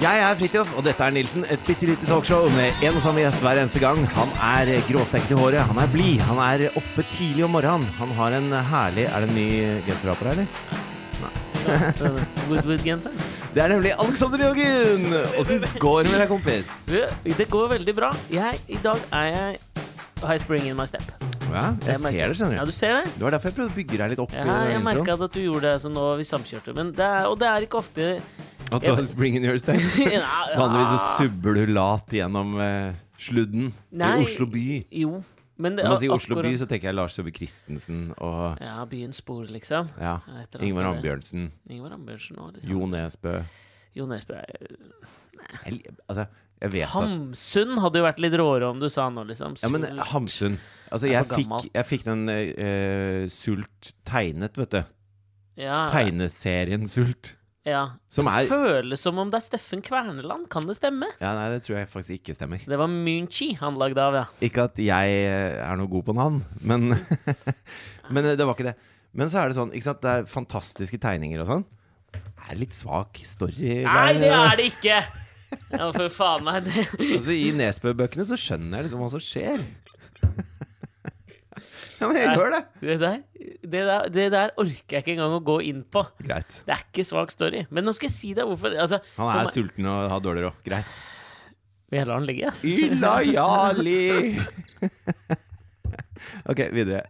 Jeg er Fridtjof, og dette er Nilsen. Et bitte lite talkshow med en og samme gjest hver eneste gang. Han er gråstekt i håret, han er blid, han er oppe tidlig om morgenen. Han har en herlig Er det en ny genser du har på deg, eller? Woodwood-genseren. Det er nemlig Alexander Jørgen! Åssen går det med deg, kompis? Det går veldig bra. Jeg, I dag er jeg high spring in my step. Ja, jeg merker- ser det, skjønner Ja, du. du ser det? Det var derfor jeg prøvde å bygge deg litt opp. i Ja, jeg den introen. merka at du gjorde det, så nå vi samkjørte. Men det er, og det er ikke ofte At du har spring in your step. Ja, ja. Vanligvis så subber du lat gjennom eh, sludden Nei. i Oslo by. Jo. Men det Når man sier Oslo by, akkurat- så tenker jeg Lars Saabye Christensen og Ja, byens spor, liksom. ja, Et eller annet Ingvar med det. Ambjørnsen, Ingvar Ambjørnsen og liksom. Jo Nesbø Jo Nesbø. er- jeg, li- Altså, jeg vet at Hamsun hadde jo vært litt råere om du sa nå, liksom. Ja, men Sol- Hamsun Altså, Det er jeg for fikk, gammelt. jeg fikk den eh, Sult tegnet, vet du. ja, Tegneserien Sult. ja. Som er Føles som om det er Steffen Kverneland. Kan det stemme? Ja, nei, det tror jeg faktisk ikke stemmer. Det var Munchie han lagde av, ja. Ikke at jeg eh, er noe god på navn, men, men eh, det var ikke det. Men så er det sånn, ikke sant, det er fantastiske tegninger og sånn. Det er litt svak story. Nei, det er det ikke! Ja, for faen meg. Det. Altså, I Nesbø-bøkene så skjønner jeg liksom hva som skjer. ja, men jeg gjør det. Det, der, det, der, det der orker jeg ikke engang å gå inn på. Greit. Det er ikke svak story. Men nå skal jeg si deg hvorfor. Altså, Han for er meg- sulten og har dårlig råd. Greit. Jeg lar den ligge, ass. Mm. Ylajali! ok, videre.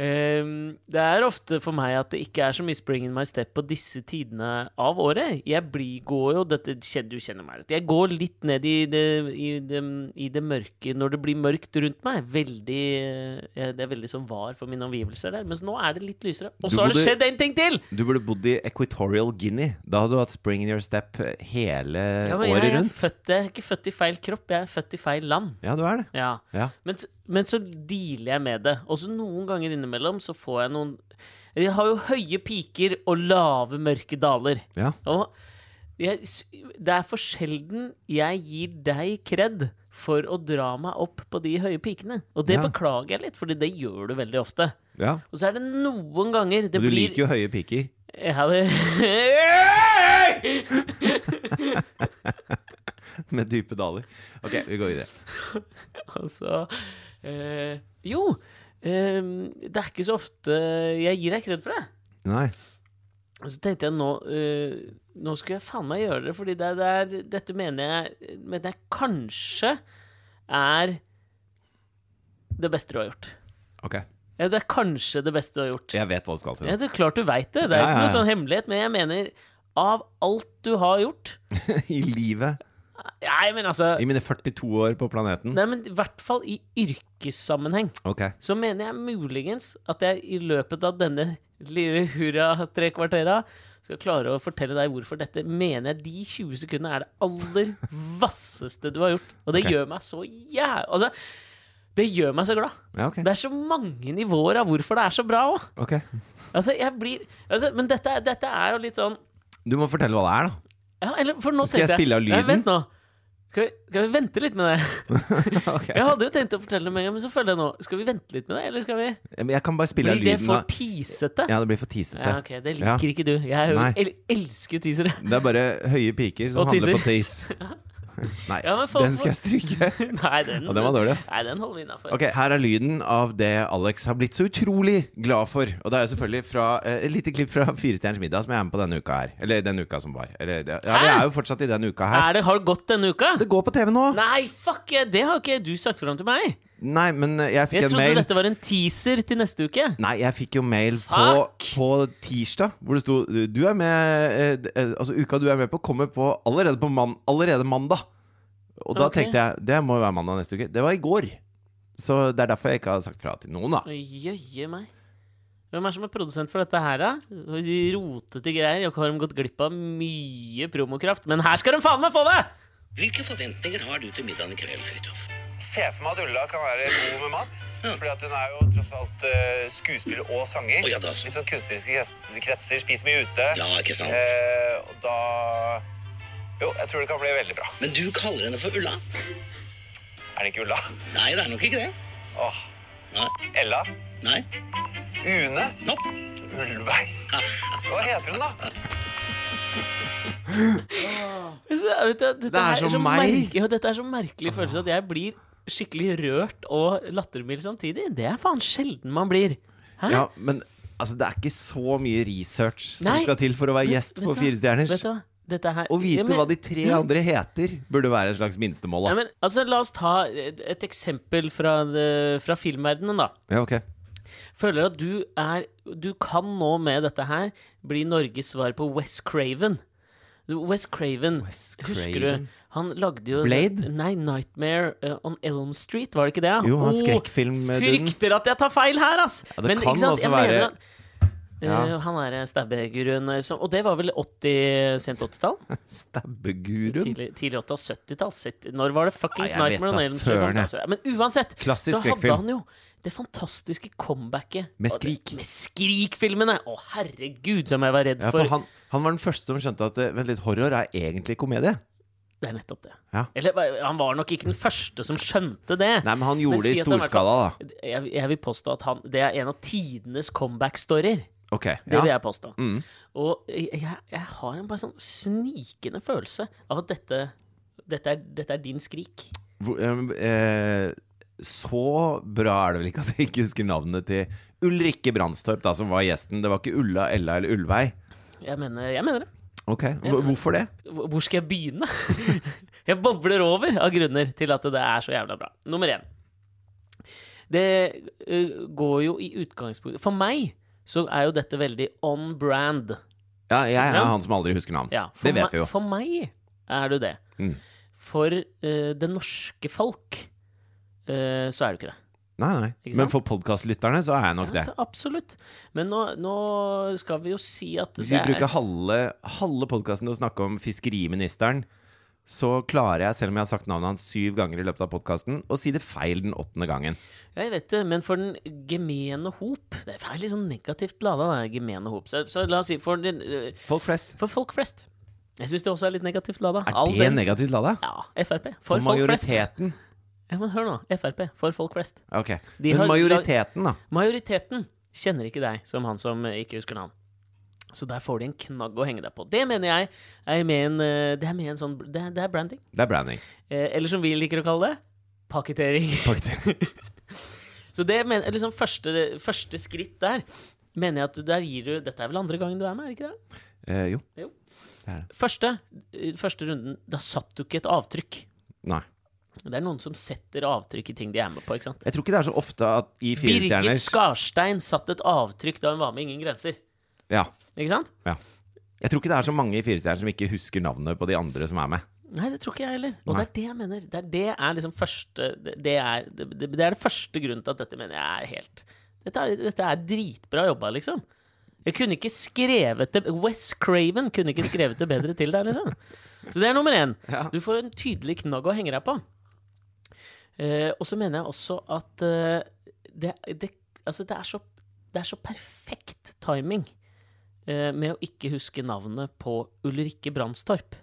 Ehm, det er ofte for meg at det ikke er så mye spring in my step på disse tidene av året. Jeg blir, går jo dette, kjen- Du kjenner meg litt. Jeg går litt ned i det, i, det, i det mørke når det blir mørkt rundt meg. Veldig, eh, det er veldig sånn var for mine omgivelser der. Mens nå er det litt lysere. Og Du så har det bodde- skjedd en ting til! Du burde bodd i Equatorial Guinea. Da hadde du hatt spring in your step hele Ja, men Eh, jeg, året jeg, er rundt. født, jeg er ikke født i feil kropp, jeg er født i feil land. Ja, du er det. Ja. Ja. Men, s- men så dealer jeg med det. Og så noen ganger innimellom så får jeg noen Jeg har jo høye piker og lave, mørke daler. Ja. Og jeg, s- det er for sjelden jeg gir deg kred for å dra meg opp på de høye pikene. Og det Ja. beklager jeg litt, Fordi det gjør du veldig ofte. ja. Og så er det noen ganger det Du blir liker jo høye piker. ja, det... Med dype daler. Ok, vi går videre. Altså eh, Jo, eh, det er ikke så ofte jeg gir deg kred for det. Nei. Og så tenkte jeg nå eh, Nå skulle jeg faen meg gjøre det, fordi det, det er, dette mener jeg, mener jeg kanskje er det beste du har gjort. Ok. Ja, det er kanskje det beste du har gjort. Jeg vet hva du skal til. Ja, det er klart du veit det. Det er Ja, ikke ja, noe ja. sånn hemmelighet. Men jeg mener, av alt du har gjort I livet. Nei, men altså I mine 42 år på planeten. Nei, men i hvert fall i yrkessammenheng. Ok. så mener jeg muligens at jeg i løpet av denne lille hurra-tre kvartera skal klare å fortelle deg hvorfor dette mener jeg de 20 sekundene er det aller vasseste du har gjort. Og det Ok. gjør meg så jæv... Altså, det gjør meg så glad. Ja, ok. Det er så mange nivåer av hvorfor det er så bra òg. Ok. Altså, jeg blir altså, Men dette, er- dette er jo litt sånn Du må fortelle hva det er, da. ja, eller, for nå Skal jeg tenkte spille av Nei, lyden? Vent nå. Skal vi, skal vi vente litt med det? Ok. Jeg hadde jo tenkt å fortelle det med en gang, men så føler jeg nå Skal vi vente litt med det, eller skal vi Men Jeg kan bare spille av Blir det lyden. for da. teasete? Ja, det blir for teasete. Ja, ok, Det liker Ja. ikke du. Jeg er jo, Nei. el elsker jo teasere. Det er bare høye piker som Og handler på tease. Nei, Ja, men for- den skal jeg stryke. Nei, den, Ja, den var dårlig, ass. Nei, den holder vi innafor. Ok, Her er lyden av det Alex har blitt så utrolig glad for. Og det er jo selvfølgelig fra eh, et lite klipp fra Firestjerners middag som jeg er med på denne uka her. Eller den uka som var. Eller, det- ja, vi Hæ? er jo fortsatt i den uka her. Er det, har det gått denne uka? Det går på TV nå! Nei, fuck! jeg- Det har ikke du sagt fram til meg. Nei, men jeg fikk Jeg en trodde mail. dette var en teaser til neste uke. Nei, jeg fikk jo mail på, Fuck! på tirsdag, hvor det sto Du er med eh, d- eh, Altså, uka du er med på, kommer på allerede, på man, allerede mandag. Og da Ok. tenkte jeg det må jo være mandag neste uke. Det var i går. Så det er derfor jeg ikke har sagt fra til noen, da. Å, Jøye meg. Hvem er som er produsent for dette her, da? Rotete greier. Jeg har de gått glipp av mye promokraft. Men her skal de faen meg få det! Hvilke forventninger har du til middagen i kveld, Fridtjof? Se for meg at Ulla kan være god med mat. Fordi at hun er jo tross alt eh, skuespiller og sanger. Å, ja, det er så- Litt sånn kunstneriske krets- kretser, spiser mye ute. Ja, ikke sant? Eh, og da Jo, jeg tror det kan bli veldig bra. Men du kaller henne for Ulla? Er det ikke Ulla? Nei, det er nok ikke det. Åh. Nei. Ella? Nei. Une? Nopp. Ulvei? Hva heter hun, da? Det er, vet du, Det dette er her som så meg. merke- ja, dette er så merkelig følelse at jeg blir skikkelig rørt og lattermild samtidig. Det er faen sjelden man blir. Hæ? Ja, men altså, det er ikke så mye research som Nei. skal til for å være gjest Vet på du hva? Fire stjerners. Vet du hva? Dette her Å vite Ja, men- hva de tre andre heter, burde være et slags minstemål. Nei, Da. men, altså, La oss ta et, et eksempel fra, det- fra filmverdenen, da. Ja, ok. Føler at du er Du kan nå med dette her bli Norges svar på Wes Craven. Du, Wes Craven, Wes husker Craven. du? Han lagde jo Blade? Nei, Nightmare eh, on Elm Street, var det ikke det? Jo, han Åh, skrekkfilmduren. Frykter at jeg tar feil her, ass! Ja, det kan også jeg mener være- at- Eh, han er eh, stabbeguruen, eh, som- og det var vel 80, sent 80-tall? Stabbeguruen. Tidlig, tidlig 80- og 70-tall. sett- Når var det fuckings Nei, jeg Nightmare vet on da Elm Street? kom søren, jeg. til, altså. Men uansett, Klassisk så hadde skrekkfilm. han jo det fantastiske comebacket. Med Og det- Skrik. Med Skrik-filmene! Å, herregud, som jeg var redd Ja, for. for han, han var den første som skjønte at eh, vent litt, horror er egentlig komedie. Det er nettopp det. Ja. Eller eh, han var nok ikke den første som skjønte det. Nei, men han gjorde det si i at han i hvert storskala, da. Jeg, jeg vil påstå at han, det er en av tidenes comeback-storier. Ok. Det vil Ja. jeg påstå. Mm. Og jeg, jeg jeg har en bare sånn snikende følelse av at dette, dette, er, dette er din skrik. Hvor- eh, eh, Så bra er det vel ikke at jeg ikke husker navnet til Ulrikke Brandstorp, da, som var gjesten. Det var ikke Ulla, Ella eller Ulvei. Jeg mener, jeg mener det. Ok, Hvor- Hvorfor det? Hvor hvor skal jeg begynne? jeg bobler over av grunner til at det er så jævla bra. Nummer én. Det eh, går jo i utgangspunktet For meg så er jo dette veldig on brand. Ja, jeg er Ja. han som aldri husker navn. Ja, for det vet vi meg- jo. For meg er det det. Mm. For eh, det norske folk eh, så er det ikke det. Nei, nei. Ikke Men sant? for podkastlytterne så er jeg nok Ja, det. så absolutt. Men nå, nå skal vi jo si at Hvis vi det bruker er halve, halve podkasten til å snakke om fiskeriministeren, så klarer jeg, selv om jeg har sagt navnet hans syv ganger i løpet av podkasten, å si det feil den åttende gangen. Jeg vet det, men for den gemene hop Det er litt sånn negativt lada, den gemene hop. Så, så la oss si for, den, eh, Folk flest. for folk flest. Jeg syns det også er litt negativt lada. Er All det den- negativt lada? Ja. Frp. For, For folk flest. majoriteten? Ja, men hør nå. Frp. For folk flest. Ok. De Men har- majoriteten, da? Majoriteten kjenner ikke deg som han som eh, ikke husker navn. Så der får de en knagg å henge deg på. Det mener jeg er med en, eh, det er med en sånn Det er, det er branding. Det er branding. Eh, eller som vi liker å kalle det, pakketering. Faktisk. Så det men, liksom første, første skritt der mener jeg at du- der gir du Dette er vel andre gangen du er med, er det ikke det? Eh, jo. Jo. Det er det. Første, i første runden, da satt du ikke et avtrykk. Nei. Det er noen som setter avtrykk i ting de er med på, ikke sant? Jeg tror ikke det er så ofte at i Fire Birgit stjerners Skarstein satt et avtrykk da hun var med Ingen grenser. ja. Ikke sant? Jeg tror ikke det er så mange i Fire stjerner som ikke husker navnet på de andre som er med. Nei, det tror ikke jeg heller. Og Nei. det er det jeg mener. Det er, det er liksom første det, det, er, det, det er det første grunnen til at dette mener jeg er helt Dette er, dette er dritbra jobba, liksom. Jeg kunne ikke skrevet det Wes Craven kunne ikke skrevet det bedre til deg, liksom. Så det er nummer én. Ja. Du får en tydelig knagg å henge deg på. Eh, og så mener jeg også at eh, det, det, altså det, er så, det er så perfekt timing eh, med å ikke huske navnet på Ulrikke Brandstorp.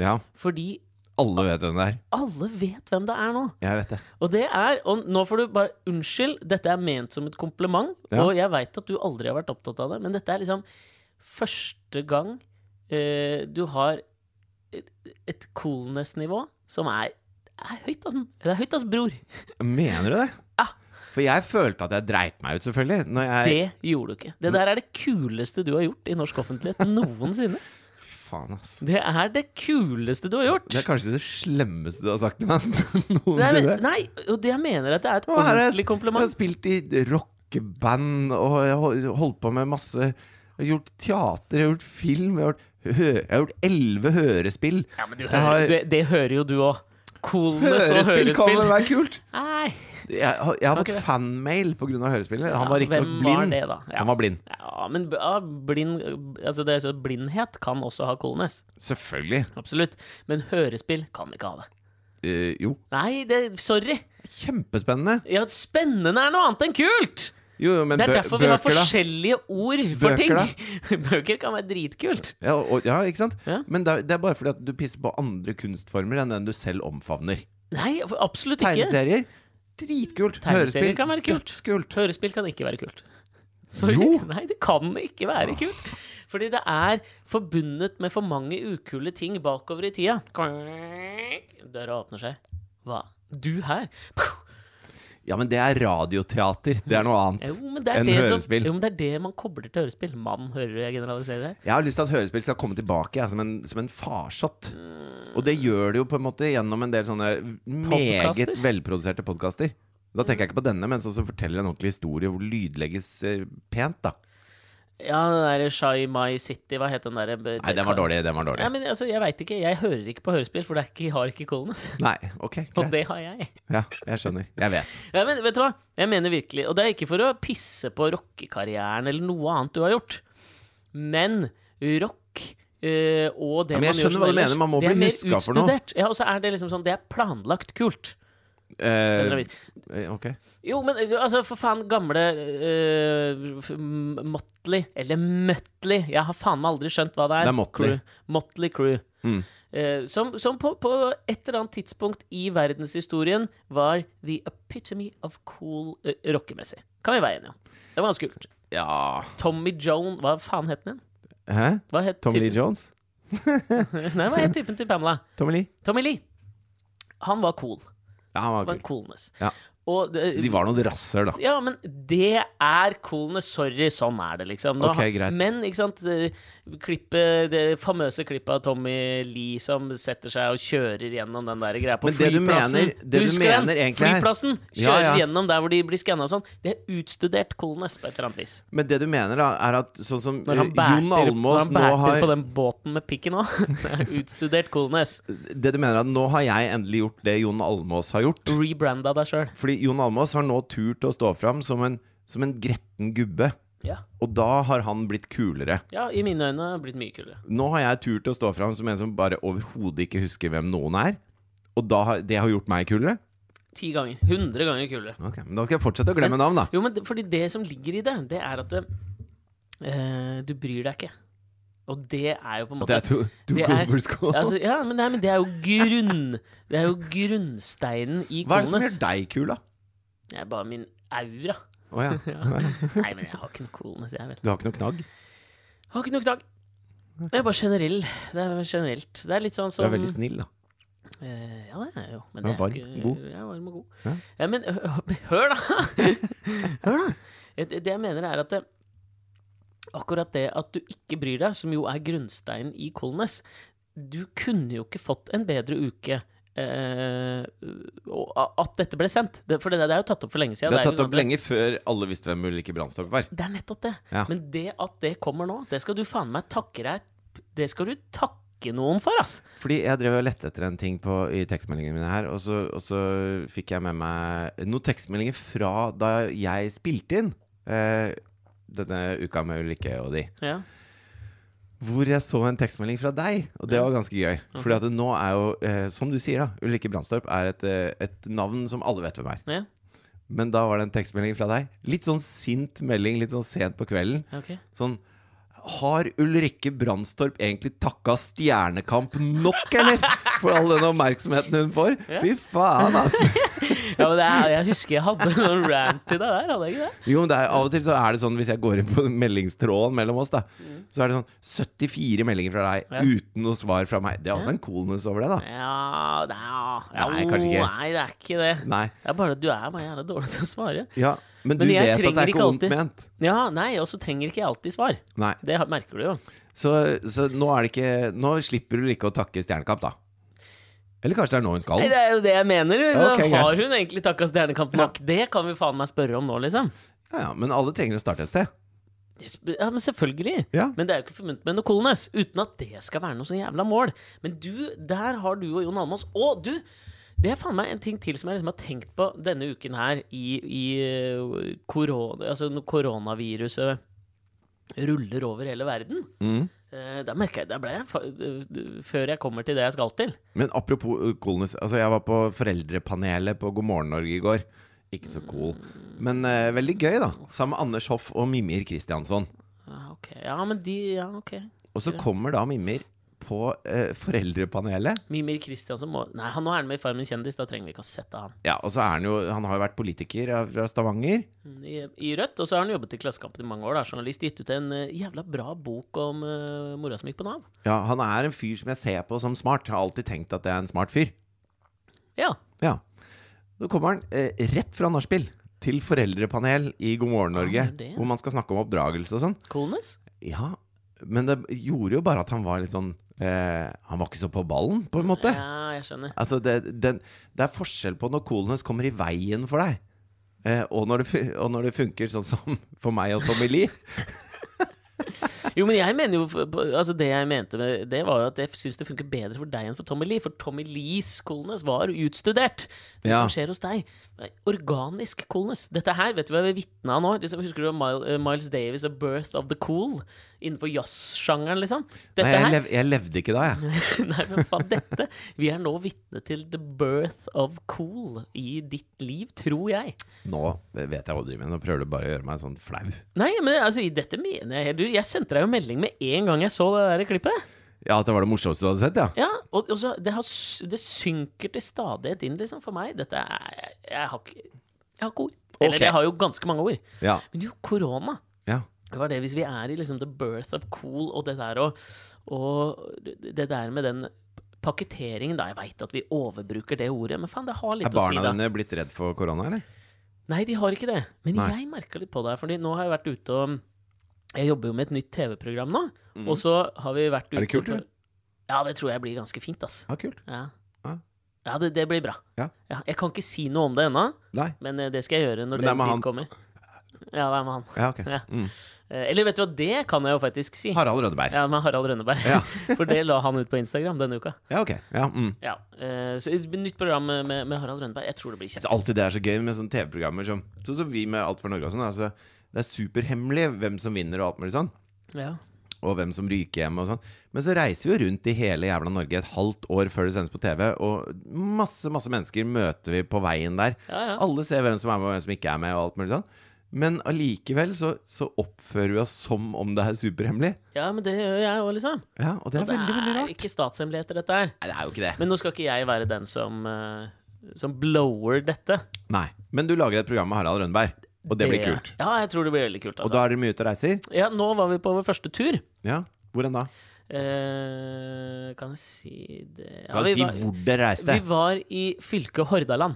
Ja. Fordi Alle vet hvem det er. alle vet hvem det er nå. Jeg vet det. Og det er Og nå får du bare Unnskyld, dette er ment som et kompliment, Ja. og jeg veit at du aldri har vært opptatt av det, men dette er liksom første gang eh, du har et coolness-nivå som er, er høyt, ass. Det er høyt, ass, bror. Mener du det? Ja. For jeg følte at jeg dreit meg ut, selvfølgelig. Når jeg, Det gjorde du ikke. Det der er det kuleste du har gjort i norsk offentlighet noensinne. Faen, ass. Det er det kuleste du har gjort. Det er kanskje det slemmeste du har sagt til meg Nei, men, noensinne. nei, og det jeg mener at det er et Og her har ordentlig jeg, jeg har kompliment. spilt i rockeband, og jeg har holdt på med masse Jeg har gjort teater, jeg har gjort film, jeg har gjort, hø, jeg har gjort elleve hørespill. Ja, men du Jeg hører, har- det, det hører jo du òg. Coolness og Hørespill kan vel hørespill. være kult? Nei. Jeg, har- jeg har Kan ikke fått det. fanmail pga. hørespillet. Han Ja, var riktignok hvem var blind. det da? Ja. Han var blind. Ja, men b- ja, blind, altså det, er så blindhet kan også ha coolness. Selvfølgelig. Absolutt. Men hørespill kan ikke ha det. Eh, jo. Nei, det, sorry. Kjempespennende. Ja, spennende er noe annet enn kult! Jo, jo, men Det er bø- derfor vi har bøker, da? forskjellige ord for Bøker, ting. Bøker kan være dritkult. Ja, og, ja ikke sant? Ja. Men det er, det er bare fordi at du pisser på andre kunstformer enn den du selv omfavner. Nei, for- absolutt ikke. Tegneserier dritkult. Tegneserier Hørespill kan være kult. dødskult. Hørespill kan ikke være kult. Sorry. Jo. Nei, det kan ikke være kult. Fordi det er forbundet med for mange ukule ting bakover i tida. Døra åpner seg. Hva? Du her? Ja, men det er radioteater. Det er noe Jo, annet men det er, enn det, som, hørespill. jo, men det er det man kobler til hørespill. Mann, hører du jeg generaliserer her? Jeg har lyst til at hørespill skal komme tilbake ja, som en, som en farsott. Og det gjør det jo på en måte gjennom en del sånne meget Podcaster? velproduserte podkaster. Da tenker jeg ikke på denne, men sånn som forteller en ordentlig historie hvor lydlegges eh, pent, da. Ja, den der Shy My City, hva het den derre Nei, den var dårlig. Den var dårlig. Nei, men altså, jeg veit ikke. Jeg hører ikke på hørespill, for det er ikke, jeg har ikke Colnes. Nei, ok. Og Greit. det har jeg. Ja, jeg skjønner. Jeg vet. Ja, men vet du hva? Jeg mener virkelig, og det er ikke for å pisse på rockekarrieren eller noe annet du har gjort, men rock eh, og det Ja, men jeg man gjør skjønner som hva du ellers, mener. Man må det er bli mer huska for noe. utstudert. Ja, og så er det liksom sånn, det er planlagt kult. Eh, Eller vis- eh, ok. Jo, men eh, altså, for faen, gamle eh, f- m- Motley, eller Møtley, jeg har faen meg aldri skjønt hva det er. Det er Motley. Crew. Motley Crew. Mm. Eh, som som på, på et eller annet tidspunkt i verdenshistorien var the epitome of cool uh, rockemessig. Kan vi være enige om. Det var ganske kult. Ja Tommy Joan Hva faen het den igjen? Hæ? Hva het Tommy Lee typen? Jones? Nei, hva het typen til Pamela? Tommy Lee? Tommy Lee. Han var cool. Ja, han var Det kul. var en coolness. Ja. Og eh, det, Så de var noen rasser, da. Ja, men det er coolness. Sorry, sånn er det, liksom. Nå- Ok, greit. Men ikke sant, eh, klippet, det famøse klippet av Tommy Lee som setter seg og kjører gjennom den der greia på Men det du flyplassen. mener- det du husker den? mener egentlig her- Flyplassen! Kjører Ja, ja. gjennom der hvor de blir skanna og sånn. Det er utstudert coolness på et eller annet vis. Men det du mener, da, er at sånn som Når han eh, bærter, Jon når Almås han nå bærter har på den båten med pikken òg. Det er utstudert coolness. Det du mener er at nå har jeg endelig gjort det Jon Almås har gjort. Rebranda deg sjøl. Fordi Jon Almås har nå turt å stå fram som en, som en gretten gubbe. Ja. Og da har han blitt kulere. ja, i mine øyne har det blitt mye kulere. Nå har jeg turt å stå fram som en som bare overhodet ikke husker hvem noen er. Og da har, det har gjort meg kulere. Ti ganger. Hundre ganger kulere. Ok, men Da skal jeg fortsette å glemme navn, da. Jo, men det, fordi det som ligger i det, det er at eh, du bryr deg ikke. Og det er jo på en At måte jeg to, to det er- cover school. altså, ja, men, nei, men det er jo grunn Det er jo grunnsteinen i Hva er det som coolness. gjør deg kul, da? Det er bare min aura. Å ja. Nei, men jeg har ikke noe coolness, jeg vel. Du har ikke noe knagg? Jeg har ikke noe knagg. Det er bare generell. Det er generelt. Det er litt sånn Du som er veldig snill, da. Eh, ja, det er jeg jo. Men Ja, det er varm, ikke- god. Ja, varm og god. Ja. Ja. men hø- hø- hør, da! hør, da! Det, det jeg mener, er at det, akkurat det at du ikke bryr deg, som jo er grunnsteinen i Kolnes Du kunne jo ikke fått en bedre uke eh, og a- at dette ble sendt. Det, for det, det er jo tatt opp for lenge siden. det er jo tatt sånn opp at det- lenge før alle visste hvem Ulrikke Brandstorp var. Det er nettopp det. Ja. Men det at det kommer nå, det skal du faen meg takke deg Det skal du takke noen for, ass! Fordi jeg drev og lette etter en ting på, i tekstmeldingene mine her, og så, og så fikk jeg med meg noen tekstmeldinger fra da jeg spilte inn eh, denne uka med Ulrikke og de. Ja. Hvor jeg så en tekstmelding fra deg, og det var ganske gøy. Fordi at det nå er jo, eh, som du sier, da Ulrikke Brandstorp er et, eh, et navn som alle vet hvem er. ja. Men da var det en tekstmelding fra deg. Litt sånn sint melding, litt sånn sent på kvelden. Ok. Sånn Har Ulrikke Brandstorp egentlig takka Stjernekamp nok, eller? For all den oppmerksomheten hun får? Fy faen, ass! Ja, men det er, jeg husker jeg hadde noen rant til deg der, hadde jeg ikke det? Jo, men det er, Av og til så er det sånn, hvis jeg går inn på meldingstråden mellom oss, da, så er det sånn 74 meldinger fra deg Mm. Ja. uten noe svar fra meg. Det er også en coolness over det, da. Ja, det er, ja Nei, kanskje ikke. Nei, det er ikke det. Nei. Det er bare at du er bare jævla dårlig til å svare. Ja, men, Men du jeg vet at det trenger er ikke ikke vondt alltid. ment. Ja, nei, og så trenger ikke jeg alltid svar. Nei. Det har- merker du jo. Så, så nå er det ikke Nå slipper du ikke å takke Stjernekamp, da. Eller kanskje det er nå hun skal? Nei, det er jo det jeg mener. jo. Ok, greit. har hun egentlig takka Stjernekamp nok? Det kan vi faen meg spørre om nå, liksom. Ja, ja, men alle trenger å starte et sted. Ja, men selvfølgelig. Ja. Men det er jo ikke forbundet med noe coolness, uten at det skal være noe så jævla mål. Men du, der har du og Jon Almaas Og du! Det er faen meg en ting til som jeg liksom har tenkt på denne uken her, i, i eh, korona, altså når koronaviruset ruller over hele verden. Mm. Eh, Da merker jeg, da ble jeg fa- d- d- Før jeg kommer til det jeg skal til. Men apropos uh, coolness. Altså jeg var på foreldrepanelet på God morgen Norge i går. Ikke så cool, men eh, veldig gøy, da. Sammen med Anders Hoff og Mimir Kristiansson. Ja, ok. Ja, men de Ja, ok. Og så kommer da Mimir på eh, Foreldrepanelet. Mimir Kristiansen må Nei, han, nå er han med i Farmen kjendis. Da trenger vi ikke å sette han. Ja, og så er han jo Han har jo vært politiker ja, fra Stavanger. I, i Rødt. Og så har han jobbet i Klassekampen i mange år. Da. Journalist gitt ut en eh, jævla bra bok om eh, mora som gikk på Nav. Ja, Han er en fyr som jeg ser på som smart. Har alltid tenkt at det er en smart fyr. Ja. Ja. Nå kommer han eh, rett fra nachspiel til foreldrepanel i God morgen Norge, det er det. hvor man skal snakke om oppdragelse og sånn. Coolness? Ja, men det gjorde jo bare at han var litt sånn eh, Han var ikke så på ballen, på en måte. Ja, jeg skjønner. Altså, det, den, det er forskjell på når coolness kommer i veien for deg, eh, og, når det, fu- og når det funker sånn som for meg og Tommy Lee. Jo, men jeg mener jo Altså, det jeg mente med det, var jo at jeg syns det funker bedre for deg enn for Tommy Lee. For Tommy Lees coolness var utstudert. Det Ja. som skjer hos deg, er organisk coolness. Dette her, vet du hva vi er vitne av nå? Liksom, husker du Mil- eh, Miles Davis og 'Birth of the Cool'? Innenfor jazzsjangeren, liksom. Dette Nei, jeg, her lev, jeg levde ikke da, jeg. Nei, men faen, dette Vi er nå vitne til the birth of cool i ditt liv, tror jeg. Nå vet jeg hva du driver med. Nå prøver du bare å gjøre meg sånn flau. Nei, men altså, i dette mener jeg helt Du, jeg sendte deg jo melding med en gang jeg så det der klippet. Ja, at det var det morsomste du hadde sett, ja. Ja, og, og så det, har, s- det synker til stadighet inn, liksom, for meg. Dette er Jeg har ikke, jeg har ikke ord. Eller Ok. jeg har jo ganske mange ord. Ja. Men jo, korona. ja. Det var det, hvis vi er i liksom the birth of cool og det der og, og det der med den Pakketeringen, da. Jeg veit at vi overbruker det ordet, men faen, det har litt Er å si, barna da. dine blitt redd for korona, eller? Nei, de har ikke det. Men Nei. jeg merka litt på det. Fordi nå har jeg vært ute og Jeg jobber jo med et nytt TV-program nå. Og så har vi vært ute Mhm. det kult, på- eller? Ja, det tror jeg blir ganske fint, ass. Ja, kult. Ja, Ja. ja det, det blir bra. Ja. jeg kan ikke si noe om det ennå, Nei. men eh, det skal jeg gjøre når Men det er den med tid han. kommer. Ja, det er med han. Ja, ok. Ja. Mm. Eh, Eller vet du hva, det kan jeg jo faktisk si. Harald Rønneberg. Ja, Ja, med Harald Rønneberg. Ja. For det la han ut på Instagram denne uka. ok. Ja, mm. Ja, eh, Så et nytt program med, med med Harald Rønneberg. Jeg tror det blir Så kjempebra. alltid det er så gøy med sånne TV-programmer som Sånn som vi med Alt for Norge og sånn. Altså, det er superhemmelig hvem som vinner og alt mulig sånn. Ja. Og hvem som ryker hjem og sånn. Men så reiser vi jo rundt i hele jævla Norge et halvt år før det sendes på TV, og masse, masse mennesker møter vi på veien der. Ja, ja. Alle ser hvem som er med, og hvem som ikke er med, og alt mulig sånn. Men allikevel så, så oppfører vi oss som om det er superhemmelig. ja, men det gjør jeg òg, liksom. Ja, og det er Det veldig, veldig er rart. ikke statshemmeligheter, dette her. Nei, det er jo ikke det. Men nå skal ikke jeg være den som, eh, som blower dette. Nei, men du lager et program med Harald Rønneberg, og det blir kult. Ja, jeg tror det blir veldig kult. Og Altså. da er dere mye ute og reiser? Ja, nå var vi på vår første tur. Ja. Hvor enn da? Eh, kan jeg si det ja, Kan vi du si var- hvor dere reiste? Vi var i fylket Hordaland.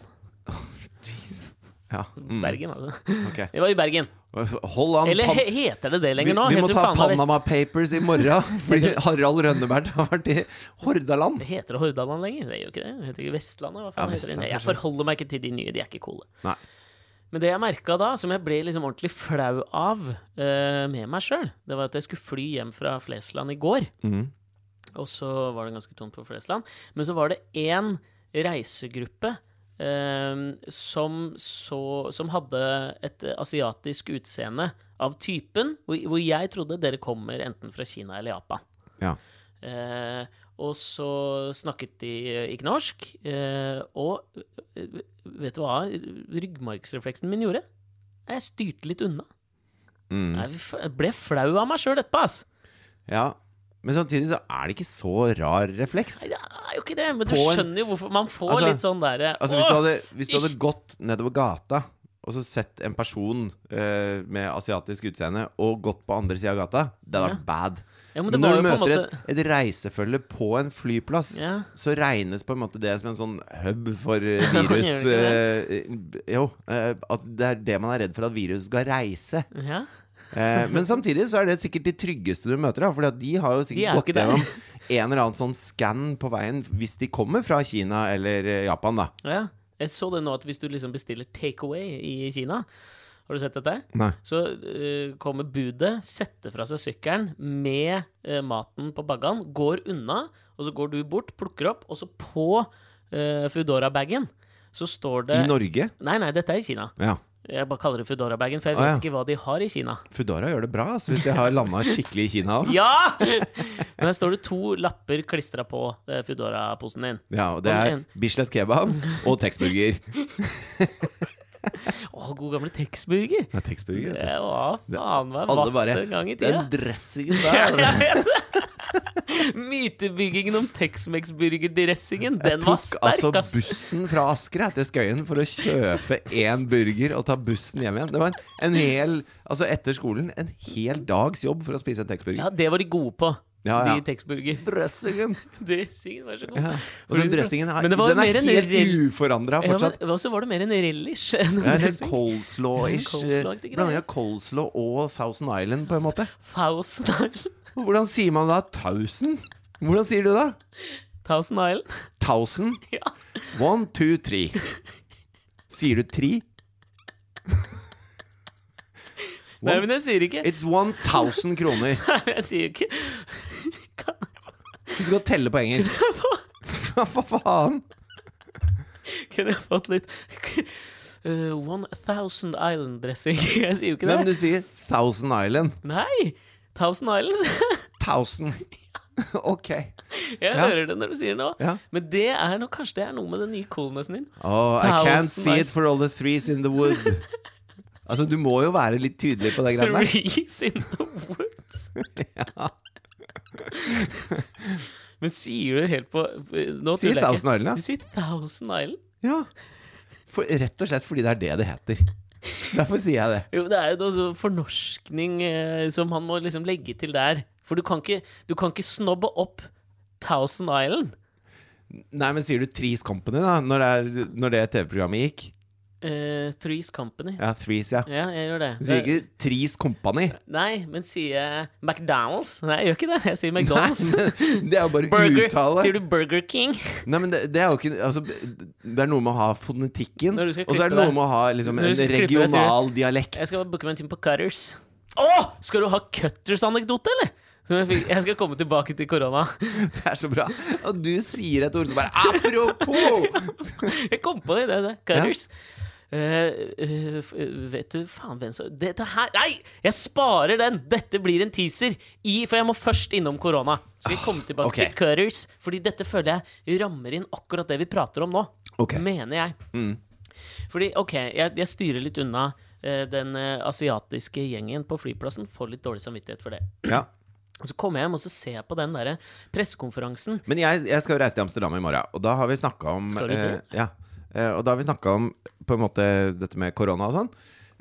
Ja, mm, Bergen, altså. ok. Vi var i Bergen. Og så- Hold an, Eller pan- he heter det det vi, lenger nå? vi må Heter ta faen meg Vest- Panama Papers i morgen, fordi Harald Rønneberg har vært i Hordaland. Heter det Hordaland lenger? Det gjør jo ikke det. det heter ikke Vestlandet? Hva faen Ja, heter det? Vestlandet, Jeg kanskje. forholder meg ikke til de nye, de er ikke coole. Nei. Men det jeg merka da, som jeg ble liksom ordentlig flau av eh, med meg sjøl, det var at jeg skulle fly hjem fra Flesland i går. Mhm. Og så var det ganske tomt på Flesland. Men så var det én reisegruppe eh, som, så, som hadde et asiatisk utseende av typen hvor, hvor jeg trodde dere kommer enten fra Kina eller Japan. Ja. Eh, og så snakket de eh, ikke norsk. Eh, og eh, vet du hva ryggmargsrefleksen min gjorde? Jeg styrte litt unna. Mm. Jeg f- Jeg ble flau av meg sjøl etterpå, ass. ja. Men samtidig så er det ikke så rar refleks. Nei, det er jo ikke det, men du På en- skjønner jo hvorfor man får Altså- litt sånn derre Altså Hvis du hadde, hvis du hadde gått nedover gata og så sett en person eh, med asiatisk utseende og gått på andre sida av gata, det hadde Ja. vært bad. ja, men Men det var når du jo på en møter måte et, et reisefølge på en flyplass, ja. så regnes på en måte det som en sånn hub for eh, Gjør virus. det ikke eh, jo, eh, at det er det man er redd for at virus skal reise. ja. Eh, men samtidig så er det sikkert de tryggeste du møter, da, for de har jo De er sikkert jo gått ikke der. gjennom en eller annen sånn skann på veien hvis de kommer fra Kina eller eh, Japan, da. ja. Jeg så det nå at hvis du liksom bestiller takeaway i Kina Har du sett dette? Nei. Så eh, kommer budet, setter fra seg sykkelen med eh, maten på baggan, går unna, og så går du bort, plukker opp, og så på uh, Foodora-bagen så står det I Norge? Nei, nei, dette er i Kina. Ja. Jeg bare kaller det Foodora-bagen, for jeg Å, vet ja. ikke hva de har i Kina. Foodora gjør det bra ass, hvis de har landa skikkelig i Kina òg. Ja! Men her står det to lapper klistra på eh, Foodora-posen din. Ja, og det er Bislett kebab og Texburger. Å, god gamle Texburger! Ja, Texburger vet du. Det var faen meg Alle vass bare en gang i Den tida. dressingen der! altså. Jeg vet det. Mytebyggingen om Tex-Mex-burgerdressingen, Jeg den var tok sterk, altså ass. bussen fra Asker jeg, til Skøyen for å kjøpe én burger og ta bussen hjem igjen. Det var en, en hel, altså etter skolen, en hel dags jobb for å spise en Ja, Tex-burger. det var de gode på. Ja, ja. De Tex-burger. Dressingen! Dressingen var så god. Ja. Og den dressingen er, Men det var den mer er en helt rell- uforandra Ja, fortsatt. men så var det mer en relish enn en Ja, det er dressing. coleslaw-ish. eh, Ja, en coleslaw-aktig greie. Blanding av coleslaw og Thousand Island, på en måte. Thousand Island. Og Hvordan sier man da 1000? Hvordan sier du da? Thousand Island. 1000? Ja. One, two, three. Sier du tri? Nei, men jeg sier ikke It's 1000 kroner. Nei, men Jeg sier ikke Kan Du skal telle på engelsk. Hva faen? Kunne jeg fått litt Eh, One Thousand Island dressing Jeg sier jo ikke Nei, men det du sier Thousand Island. Nei, Thousand Islands Thousand. Ok. Jeg Ja. hører det når du sier det nå Ja. Men det er nok, kanskje det er noe med den nye coolnessen din Oh, I can't see Thousand- it for all the threes in the wood. Altså, du må jo være litt tydelig på det greiene der. Threes in the woods Men sier du helt på Nå Sier tuller jeg ikke. Thousand Island, ja. Du sier Thousand Island Ja. For, rett og slett fordi det er det det heter. Derfor sier jeg det. Jo, det er jo da så fornorskning eh, som han må liksom legge til der. For du kan ikke, du kan ikke snobbe opp Thousand Island. Nei, men sier du Threes Company, da? Når det, er, når det TV-programmet gikk? Eh, Threes Company. Ja. Ja, Threes, ja. jeg gjør det. Du sier ikke Threes Company. Nei, men sier jeg McDonald's? Nei, jeg gjør ikke det. Jeg sier Nei, McDonald's. men det er jo bare Burger. uttale. Sier du Burger King? Nei, men det, det er jo ikke altså, Det er noe med å ha fonetikken, Når du skal og så er det klippe noe deg. med å ha liksom, Når du en skal klippe deg, sier du, regional dialekt. Jeg skal booke meg en time på Cutters. Å! Skal du ha Cutters-anekdote, eller? Som jeg, fikk, jeg skal komme tilbake til korona. Det er så bra. Og du sier et ord som bare Apropos! Jeg kom på det. det, det. Cutters. Eh, eh, f- eh, vet du faen hvem som Dette her Nei! Jeg sparer den! Dette blir en teaser, i, for jeg må først innom korona. Så vi kommer tilbake ok. til Cutters, fordi dette føler jeg rammer inn akkurat det vi prater om nå. Ok. Mm. Mener jeg. Fordi, ok, jeg, jeg styrer litt unna eh, den eh, asiatiske gjengen på flyplassen. Får litt dårlig samvittighet for det. Ja. Og så kommer jeg hjem og så ser jeg på den derre pressekonferansen. Men jeg, jeg skal jo reise til Amsterdam i morgen, og da har vi snakka om Skal du det? Eh, ja. Eh, og da har vi snakka om på en måte dette med korona og sånn.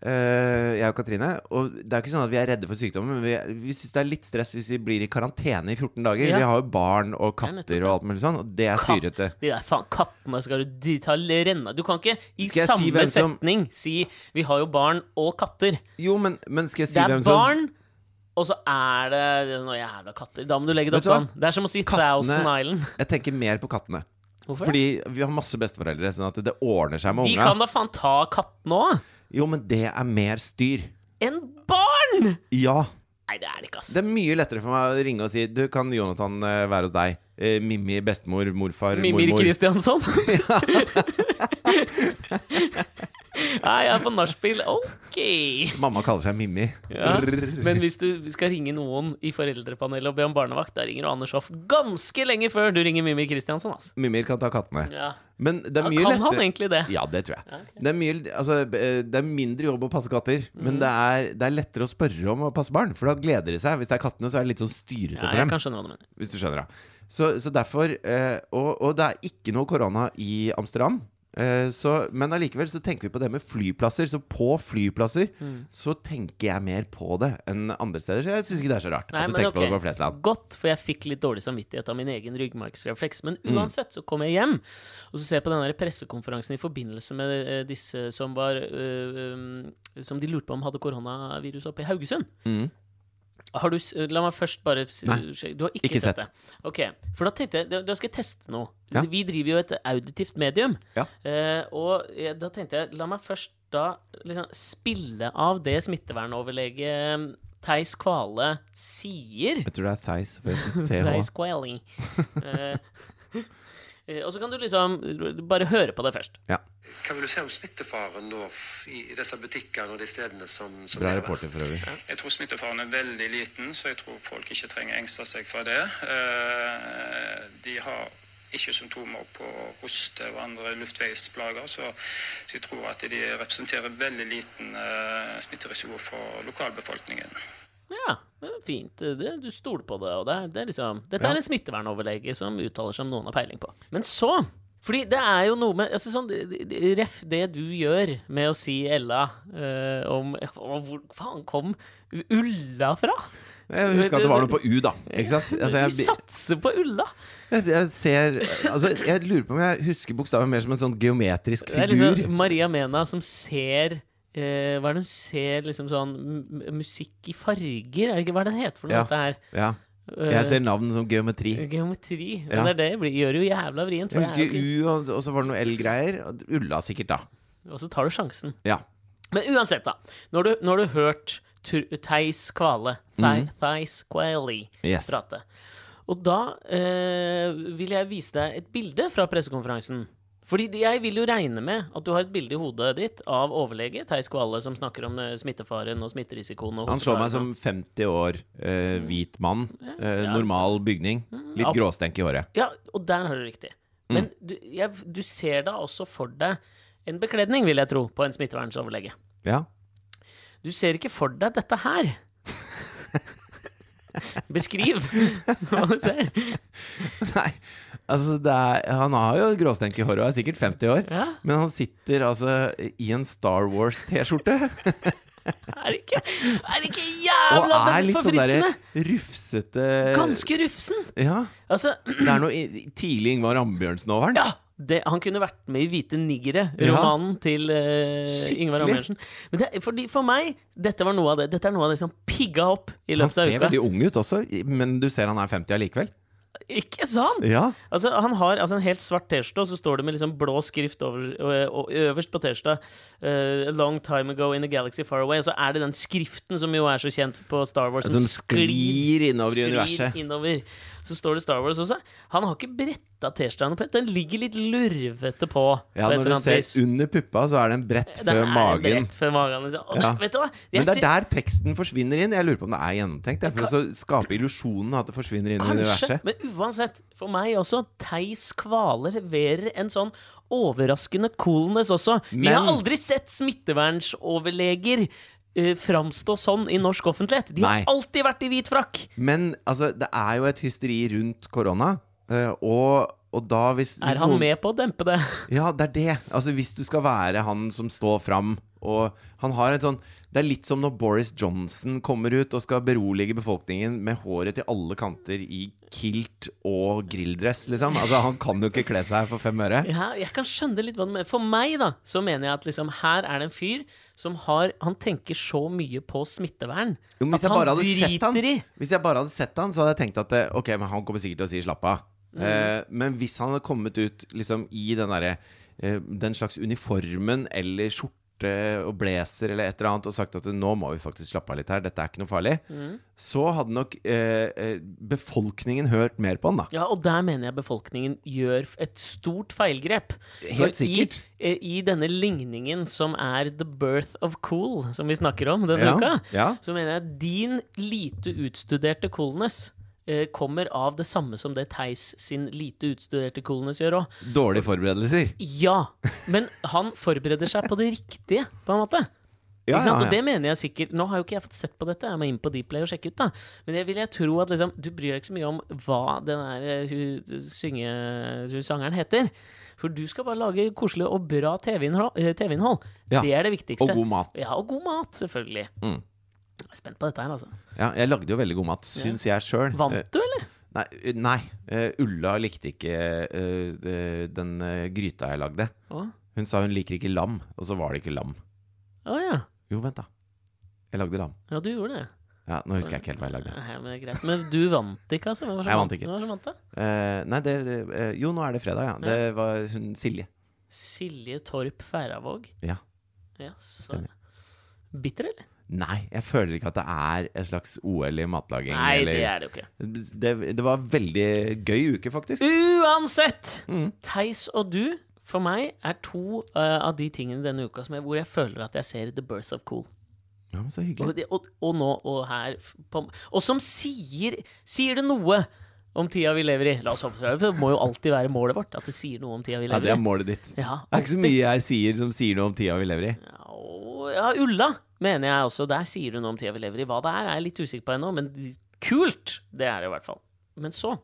Eh, jeg og Katrine. Og det er jo ikke sånn at vi er redde for sykdommen, men vi, vi syns det er litt stress hvis vi blir i karantene i 14 dager. Ja. Vi har jo barn og er nettopp katter og alt mulig sånn, og det er Katt- styrete. De der faen kattene skal du De tar renna Du kan ikke i Skal jeg si samme hvem som- setning si 'vi har jo barn og katter'. Jo, men, men skal jeg si Det er hvem som barn, og så er det noen jævla katter. Da må du legge det Vet opp du hva? sånn. Det er som å si Kattene- Thousand Island. Jeg tenker mer på kattene. Hvorfor? Fordi vi har masse besteforeldre, sånn at det ordner seg med De kan unga. da faen ta kattene òg! Jo, men det er mer styr. Enn barn! Ja. Nei, det er det ikke, ass. Det er mye lettere for meg å ringe og si Du, kan Jonathan eh, være hos deg? Eh, Mimmi, bestemor, morfar, Mimir mormor Kristiansson. Nei, jeg er på nachspiel. Ok. Mamma kaller seg Mimmi Ja. Brrr. Men hvis du skal ringe noen i foreldrepanelet og be om barnevakt, da ringer du Anders Hoff ganske lenge før du ringer Mimmi Kristiansson. Altså. Mimmi kan ta kattene Ja. Men det er Ja, mye kan lettere han egentlig det? Ja, det tror jeg det, er mye, altså, eh, det er mindre jobb å passe katter Mhm. Men det er, det er lettere å spørre om å passe barn For da gleder de seg Hvis det er kattene så er det litt sånn styrete Ja, for dem jeg kan skjønne hva du mener. Hvis du skjønner da Så, så derfor eh, og, og det er ikke noe korona i Amsterdam eh, så, men allikevel så tenker vi på det med flyplasser. Så på flyplasser Mm. så tenker jeg mer på det enn andre steder. Så jeg syns ikke det er så rart Nei, at du men tenker på ok. det på flest land. Godt, for jeg fikk litt dårlig samvittighet av min egen ryggmargsrefleks. Men Mm. uansett så kom jeg hjem, og så ser jeg på den der pressekonferansen i forbindelse med eh, disse som var eh, um, Som de lurte på om hadde koronavirus oppe i Haugesund. Mm. Har du, s- la meg først bare s- Nei, sjekke- Du har ikke, ikke sett. sett det. Ok, For da tenkte jeg da- Da skal jeg teste noe. Ja. Vi driver jo et auditivt medium. Ja. Eh, og jeg, da tenkte jeg La meg først da liksom spille av det smittevernoverlege Theis Kvale sier. Jeg tror det er Theis. forresten. Theis TH. Kvale. Eh, eh, og så kan du liksom bare høre på det først. Ja. Hva vil du si om smittefaren nå f- i i disse butikkene og de stedene som, som Bra er der? reporter for øvrig. Jeg tror smittefaren er veldig liten, så jeg tror folk ikke trenger engste seg for det. Eh, De har ikke symptomer på hoste og andre luftveisplager, så så jeg tror at de representerer veldig liten eh, smitterisiko for lokalbefolkningen. Ja, det er fint. Det, du stoler på det. Og det, er- det er liksom, dette Ja. er en smittevernoverlege som uttaler seg om noen har peiling på. Men så fordi det er jo noe med altså sånn, det- det- Ref det du gjør med å si Ella eh, om å, Hvor faen kom U- Ulla fra? Jeg husker at det var noe på U, da. Ikke sant? Altså, Vi jeg, satser på Ulla! jeg, jeg ser Altså, jeg lurer på om jeg husker bokstaven mer som en sånn geometrisk Det er figur. liksom Maria Mena som ser eh, Hva er det hun ser? Liksom sånn m- musikk i farger? Er det ikke, hva er det det heter for noe? Ja. dette her? Ja. Eh, Jeg ser navn som geometri. Geometri. Ja. Men det er det det blir, gjør jo jævla vrient. for Jeg det er jo husker ikke- U, og, og så var det noe L-greier. og Ulla sikkert, da. Og så tar du sjansen. Ja. Men uansett, da. Når du, når du hørt Tur- Theis Kvale Thei- Theis Kvale Mhm. Yes. prate. Og da eh, vil jeg vise deg et bilde fra pressekonferansen. Fordi de- jeg vil jo regne med at du har et bilde i hodet ditt av overlege Theis Kvale som snakker om eh, smittefaren og smitterisikoen. Og Han slår meg som 50 år, eh, hvit mann, eh, normal bygning. Litt Ja. gråstenk i håret. Ja, og der har du riktig. Men Mm. du, jeg, du ser da også for deg en bekledning, vil jeg tro, på en smittevernsoverlege. Ja. Du ser ikke for deg dette her. Beskriv hva du ser. Nei, altså det er, han har jo gråstenk i håret og er sikkert 50 år. Ja. Men han sitter altså i en Star Wars-T-skjorte Er det ikke, er det ikke og jævla er litt sånn eh, derre forfriskende? rufsete Ganske rufsen. Ja. Altså, Det er noe i- tidlig Ingvar Ambjørnsen over den. ja! Det, han kunne vært med i Hvite niggere, Ja. romanen til eh, Skikkelig. Ingvar Ambjørnsen. Men det, fordi for meg, dette var noe av det Dette er noe av det som pigga opp i Han løpet av ser uka. veldig ung ut også, men du ser han er 50 allikevel. Ikke sant? Ja. Altså, han har altså, en helt svart T-skjorte, og så står det med liksom blå skrift over, ø- og øverst på T-skjorta eh, 'A long time ago in a galaxy far away'. Og så er det den skriften som jo er så kjent på Star Wars. Som sånn sklir innover i universet. Innover. Så står det Star Wars også. Han har ikke bretta T-skjorta noe pent. Den ligger litt lurvete på. Ja, på et Når eller du annet ser vis. under puppa, så er det en brett Den før er magen. Brett før magen liksom. Og det, Ja. Vet du hva? Jeg Men det er sy- der teksten forsvinner inn. Jeg lurer på om det er gjennomtenkt. Det er for å skape illusjonen at det forsvinner inn i Kanskje, universet. men uansett, for meg også, Theis Kvale leverer en sånn overraskende coolness også. Vi har Men- aldri sett smittevernsoverleger eh, framstå sånn i norsk offentlighet. De Nei. har alltid vært i hvit frakk. Men altså, det er jo et hysteri rundt korona, eh, og, og da hvis, hvis Er han noen- med på å dempe det? Ja, det er det. Altså, hvis du skal være han som står fram, og han har en sånn Det er litt som når Boris Johnson kommer ut og skal berolige befolkningen med håret til alle kanter i kilt og grilldress, liksom. Altså, han kan jo ikke kle seg for fem øre. Ja, jeg kan skjønne litt hva du mener. For meg, da, så mener jeg at liksom, her er det en fyr som har Han tenker så mye på smittevern Jo, men hvis at jeg han bare hadde sett han, driter i Hvis jeg bare hadde sett han, så hadde jeg tenkt at eh, Ok, men han kommer sikkert til å si slapp av. Mm. Eh, men hvis han hadde kommet ut liksom i den derre eh, Den slags uniformen eller skjorte og blazer eller et eller annet og sagt at nå må vi faktisk slappe av litt her, dette er ikke noe farlig, Mm. så hadde nok eh, eh, befolkningen hørt mer på han, da. Ja, og der mener jeg befolkningen gjør f- et stort feilgrep. Helt For sikkert. I, eh, I denne ligningen som er the birth of cool, som vi snakker om denne Ja, uka, ja. så mener jeg at din lite utstuderte coolness eh, kommer av det samme som det Theis sin lite utstuderte coolness gjør òg. Dårlige forberedelser. Ja, men han forbereder seg på det riktige, på en måte. Ja, ikke sant? ja, Og det ja. mener jeg sikkert Nå har jo ikke jeg fått sett på dette, jeg må inn på Dplay og sjekke ut, da. Men jeg vil jeg tro at liksom, du bryr deg ikke så mye om hva den der eh, hun, synge, hun sangeren heter. For du skal bare lage koselig og bra TV-innhold. eh, TV-innhold. Ja. Det er det viktigste. Og god mat. Ja, og god mat, selvfølgelig. Mm. Jeg er spent på dette her, altså. Ja, jeg lagde jo veldig god mat, syns jeg sjøl. Vant du, eller? Nei, eh, nei. eh, Ulla likte ikke eh, eh, den eh, gryta jeg lagde. Å Hun sa hun liker ikke lam, og så var det ikke lam. Å, ja. Jo, vent da. Jeg lagde lam. Ja, du gjorde det. Ja, nå husker jeg ikke helt hva jeg lagde. Nei, men, det er greit. men du vant ikke, altså? Hvem var det som Jeg vant vant- ikke. Hvem var det som vant, da? Eh, nei, det, eh, jo, nå er det fredag, ja. Det var hun Silje. Silje Torp Færavåg. Ja. Ja, så- Stemmer. Bitter, eller? Nei, jeg føler ikke at det er et slags OL i matlaging. Nei, eller, det er det jo ikke. det, det var veldig gøy uke, faktisk. Uansett! Theis og du, for meg, er to eh, av de tingene denne uka som jeg, hvor jeg føler at jeg ser The Birth of Cool. Ja, men Så Og, hyggelig. det- og, og nå og her f- på, Og som sier Sier det noe om tida vi lever i? La oss håpe for det må jo alltid være målet vårt at det sier noe om tida vi Ja, lever Det er i. målet ditt. Ja, Det er ikke så mye jeg sier som sier noe om tida vi lever i. Ja, og- ja, Ulla. mener jeg også. Der sier du noe om tida vi lever i. Hva det er, er jeg litt usikker på ennå, men kult! Det er det i hvert fall. Men så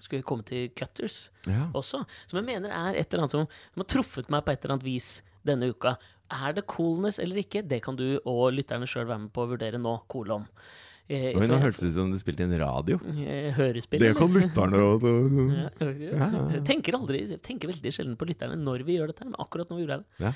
skulle vi komme til Cutters Ja. også, som jeg mener er et eller annet som, som har truffet meg på et eller annet vis denne uka. Er det coolness eller ikke? Det kan du og lytterne sjøl være med på å vurdere nå, kolon. Eh, Oi, nå for- hørtes det ut som du spilte i en radio. eh, hørespill, eller? lytterne òg. Ja, gjør ikke det? Jeg tenker, aldri, jeg tenker veldig sjelden på lytterne når vi gjør dette, her, men akkurat nå gjorde jeg det.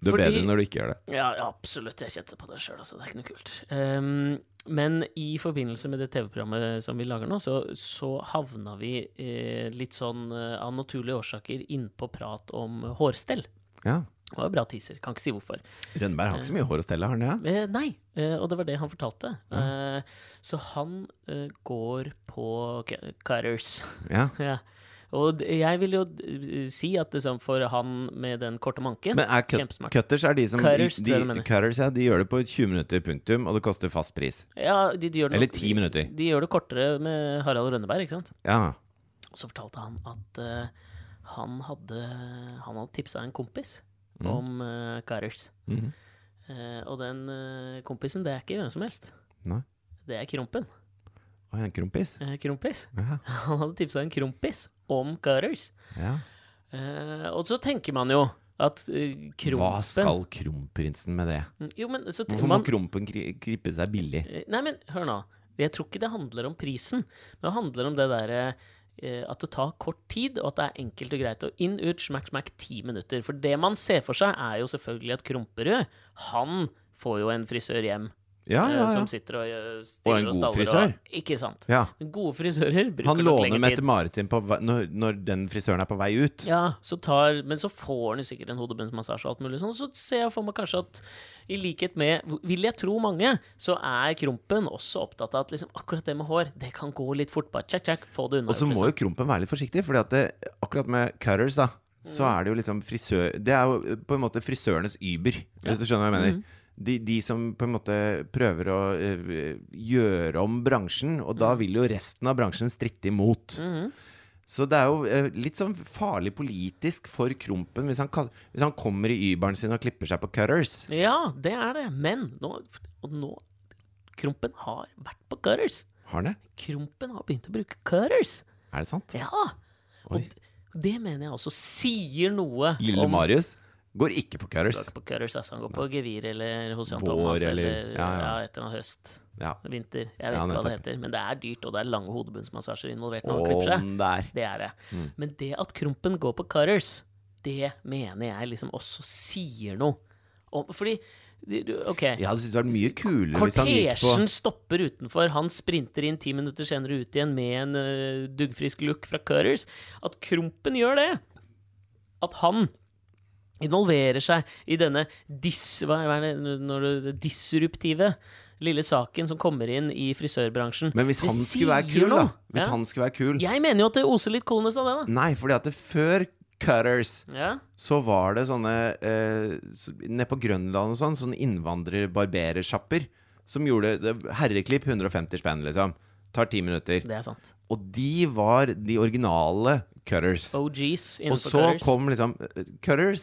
Du er Fordi- bedre når du ikke gjør det. Ja, ja absolutt. Jeg kjente på det sjøl, altså. Det er ikke noe kult. Ehm, men i forbindelse med det TV-programmet som vi lager nå, så, så havna vi eh, litt sånn eh, av naturlige årsaker innpå prat om hårstell. Ja. Det var en bra teaser, kan ikke si hvorfor. Rønneberg har ikke så mye hår å stelle, har han det? Eh, nei, eh, og det var det han fortalte. Eh, så han eh, går på cu- cutters. Ja. Ja. Og d- jeg vil jo d- si at liksom for han med den korte manken Men er cut Kjempesmart. cutters er de som Cutters, de, tror jeg du mener. Cutters, ja, de gjør det på 20 minutter, punktum, og det koster fast pris. Ja, de, de gjør det Eller nok- 10 minutter. De gjør det kortere med Harald Rønneberg, ikke sant? Ja. Og så fortalte han at eh, han hadde Han hadde tipsa en kompis Mm. om uh, cutters. Mhm. Eh, og den eh, kompisen, det er ikke hvem som helst. Nei. Det er Krompen. Å, en krompis? Eh, krompis. Ja. Han hadde tipsa en krompis om cutters. ja. Eh, og så tenker man jo at eh, Krompen Mm, Hva skal kronprinsen med det? Jo, men så tenker Hvorfor må man krompen kri krype seg billig? Eh, Nei, men hør nå. Jeg tror ikke det handler om prisen, men det handler om det derre eh, at det tar kort tid, og at det er enkelt og greit. Og inn, ut, smakk, smakk, ti minutter. For det man ser for seg, er jo selvfølgelig at Kromperud, han får jo en frisør hjem. Ja, eh, ja, ja. Som sitter og eh, Og stiller en og god staller. frisør. Og, ikke sant. ja. Gode frisører bruker Han nok låner lengre tid. Mette-Marit sin på vei, når, når den frisøren er på vei ut. Ja, så tar, men så får han jo sikkert en hodebunnsmassasje og alt mulig sånn. Så ser jeg for meg kanskje at i likhet med, vil jeg tro mange, så er Krompen også opptatt av at liksom akkurat det med hår, det kan gå litt fort. Bare tjakk, tjakk, få det unna. liksom. Og så må jo krompen være litt forsiktig, Fordi at det, akkurat med cutters, da, så Mm. er det jo liksom frisør Det er jo på en måte frisørenes Uber, hvis du skjønner hva jeg Mm. mener. De, de som på en måte prøver å eh, gjøre om bransjen, og Mm. da vil jo resten av bransjen stritte imot. Så det er jo eh, litt sånn farlig politisk for Krompen hvis han, kall- hvis han kommer i Uberen sin og klipper seg på cutters. Ja, det er det. Men nå, og nå Krompen har vært på cutters. Har han det? Krompen har begynt å bruke cutters. Er det sant? Ja. Oi. Det mener jeg også sier noe Lille om Marius går ikke på cutters. Går ikke på cutters, altså. Han går på gevir eller hos Jan Vår, Thomas eller, eller- ja, ja. ja, et eller annet høst. Ja. Vinter. Jeg vet Ja, ikke hva det nettopp. heter. Men det er dyrt, og det er lange hodebunnsmassasjer involvert når han klipper seg. Om der. Det er det. Mm. Men det at Krompen går på cutters, det mener jeg liksom også sier noe. Om, fordi du- du- OK. Jeg hadde syntes det var mye kulere hvis han gikk på Kortesjen stopper utenfor, han sprinter inn ti minutter senere ut igjen med en eh, duggfrisk look fra Cutters. At Krompen gjør det! At han involverer seg i denne dis, hva er det, når du, disruptive lille saken som kommer inn i frisørbransjen. Men hvis Det han skulle være sier kul, da noe. Hvis ja. han skulle være kul Jeg mener jo at det oser litt coolness av det, da. Nei, fordi at det før Cutters Ja. så var det sånne eh, s- Nede på Grønland og sånn, sånne innvandrer-barberersjapper som gjorde det, herreklipp 150 spenn, liksom. Tar ti minutter. Det er sant. Og de var de originale Cutters. OGs Og innenfor så Cutters. kom liksom eh, Cutters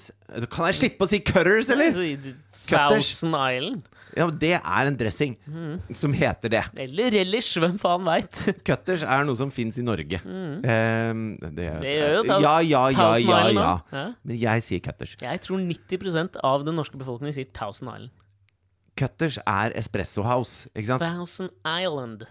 Kan jeg slippe å si Cutters, eller?! Altså, Thousand Island. Ja, men Det er en dressing Mhm. som heter det. Eller Relish, hvem faen veit. Cutters er noe som fins i Norge. Eh, det, Mm. Det gjør jo Thou- Ja, ja, ja, Thousand ja, Island ja. også. Ja. Men jeg sier cutters. Jeg tror 90 av den norske befolkningen sier Thousand Island. Cutters er Espresso House, ikke sant? Thousand Island.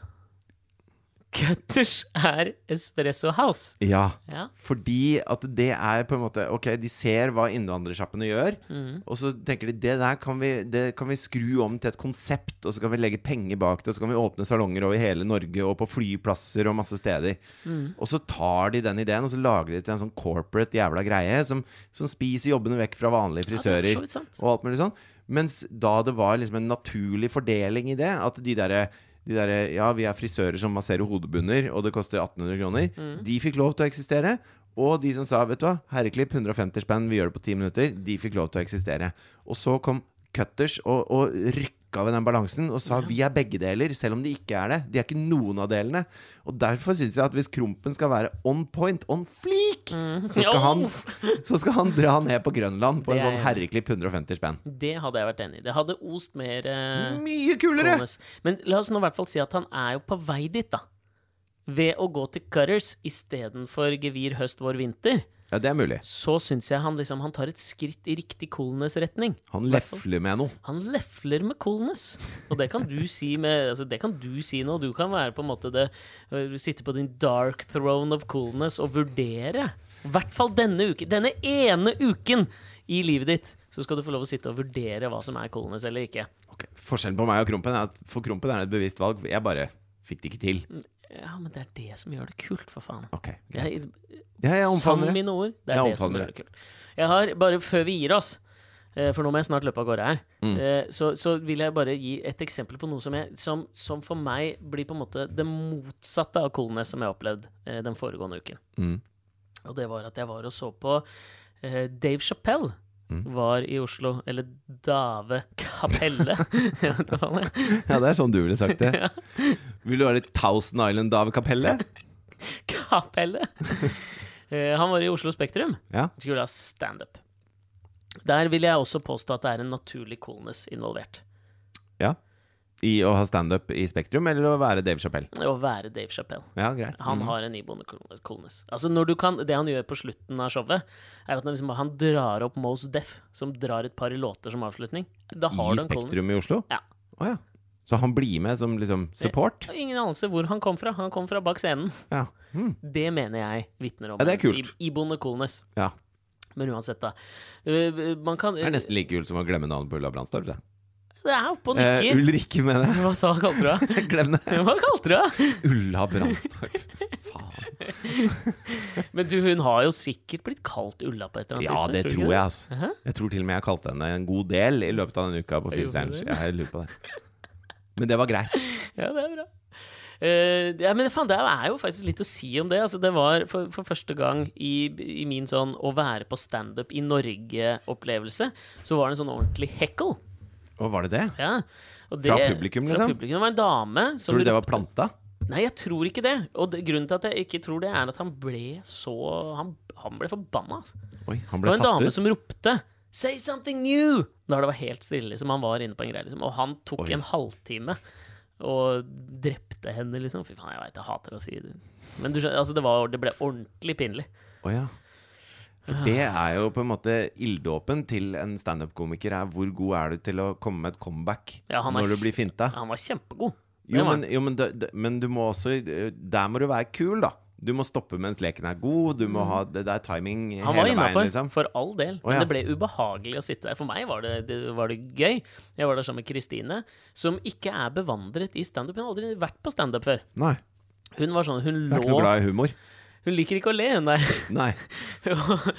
Cutters er Espresso House. Ja. Ja. Fordi at det er på en måte Ok, de ser hva innvandrersjappene gjør, Mm. og så tenker de det der kan vi, det kan vi skru om til et konsept, og så kan vi legge penger bak det, og så kan vi åpne salonger over hele Norge og på flyplasser og masse steder. Mm. Og så tar de den ideen, og så lager de det til en sånn corporate jævla greie som, som spiser jobbene vekk fra vanlige det er for så frisører vidt sant. og alt mulig sånn. Mens da det var liksom en naturlig fordeling i det, at de derre de der, ja, vi er frisører som masserer hodebunner, og det koster 1800 kroner. De fikk lov til å eksistere. Og de som sa vet du hva, herreklipp 150 spenn, vi gjør det på 10 minutter, de fikk lov til å eksistere. Og så kom cutters og, og rykka ved den balansen og sa vi er begge deler, selv om de ikke er det. De er ikke noen av delene. Og derfor syns jeg at hvis Krompen skal være on point, on fleak, så, skal han, så skal han dra ned på Grønland på en Det er sånn jeg herreklipp 150 spenn. Det hadde jeg vært enig i. Det hadde ost mer eh, Mye kulere! Jonas. Men la oss nå i hvert fall si at han er jo på vei dit, da. Ved å gå til Cutters istedenfor Gevir høst, vår, vinter, Ja, det er mulig. så syns jeg han liksom Han tar et skritt i riktig Kolenes retning. Han lefler med noe. Han lefler med Kolenes. Og det kan du si med altså Det kan du si nå. Du kan være på en måte det øh, Sitte på din dark throne of Kolenes og vurdere. I hvert fall denne uken. Denne ene uken i livet ditt. Så skal du få lov å sitte og vurdere hva som er Kolenes eller ikke. Ok, Forskjellen på meg og Krompen er at for Krompen er det et bevisst valg. Jeg bare fikk det ikke til. Ja, men det er det som gjør det kult, for faen. Ok, greit. Mm. Jeg, Ja, jeg Som omfavner det. mine ord. Det er Jeg det som omfavner gjør det kult. Jeg har, bare før vi gir oss, eh, for nå må jeg snart løpe av gårde her, Mm. eh, så, så vil jeg bare gi et eksempel på noe som, jeg, som, som for meg blir på en måte det motsatte av Kolnes som jeg har opplevd eh, den foregående uken. Mm. Og det var at jeg var og så på eh, Dave Chappelle. Mm. Var i Oslo, eller Dave Kapelle. Jeg vet hva faen jeg- Ja, det er sånn du ville sagt det. Vil du ha litt Thousand Island av kapellet? Kapelle! Eh, Han var i Oslo Spektrum. Ja. Skulle ha standup. Der vil jeg også påstå at det er en naturlig coolness involvert. Ja. I å ha standup i Spektrum, eller å være Dave Chapell? Å være Dave Chappelle. Ja, greit. Han Mm. har en iboende coolness- coolness. Altså når du kan, det han gjør på slutten av showet, er at han, liksom, han drar opp Mose Deff, som drar et par låter som avslutning. Da Mm. I har du en coolness. Spektrum i Oslo? Ja. Å ja. Så han blir med som liksom support? Ingen anelse hvor han kom fra. Han kom fra bak scenen. Ja. Mm. Det mener jeg vitner om Ja, det er en kult. ib- iboende coolness. ja. Men uansett, da. Eh, Man kan øh, Det er nesten like kult som å glemme navnet på Ulla Brandstorp. det. Det er oppe og Eh, nikker. Ulrikke, mener jeg. Hva sa kalte du henne? Glem det. Hva kalte du henne? Ulla Brandstorp. Faen. Men du, hun har jo sikkert blitt kalt Ulla på et eller annet Ja, tidspunkt. det du tror jeg, ikke det? altså. Jeg tror til og med jeg kalte henne en god del i løpet av den uka på Gjorde Firestjerners. du det? Ja, jeg lurer på det. Men det var greit. Ja, det er bra. Eh, ja, men faen, det er jo faktisk litt å si om det. Altså, det var for, for første gang i, i min sånn å være på standup i Norge-opplevelse, så var det en sånn ordentlig heckle. Og var det det? Ja. Og Fra publikum, fra liksom? publikum. Det var en dame som Tror du det var ropte- planta? Nei, jeg tror ikke det. Og det, grunnen til at jeg ikke tror det, er at han ble så Han, han ble forbanna, altså. Oi, han Det ble var en satt dame ut. som ropte 'Say something new!' da det var helt stille. Liksom. Han var inne på en greie, liksom. Og han tok Oi. en halvtime og drepte henne, liksom. Fy faen, jeg veit jeg hater å si det. Men du skjønner, altså, det, var, det ble ordentlig pinlig. Å ja. Ah. For det er jo på en måte ilddåpen til en standup-komiker. er Hvor god er du til å komme med et comeback Ja, han er når s- du blir finta? Han var kjempegod. Det Jo, var men, jo men, da- da- men du må også Der må du være kul, da. Du må stoppe mens leken er god. Du må ha det der timing Mm. han. han var hele veien, innafor, liksom. for all del. ja. Men det ble ubehagelig å sitte der. For meg var det, det, var det gøy. Jeg var der sammen med Kristine, som ikke er bevandret i standup. Hun har aldri vært på standup før. Nei. Hun var sånn, hun Jeg er ikke noe lå glad i humor. Hun liker ikke å le, hun der. Nei.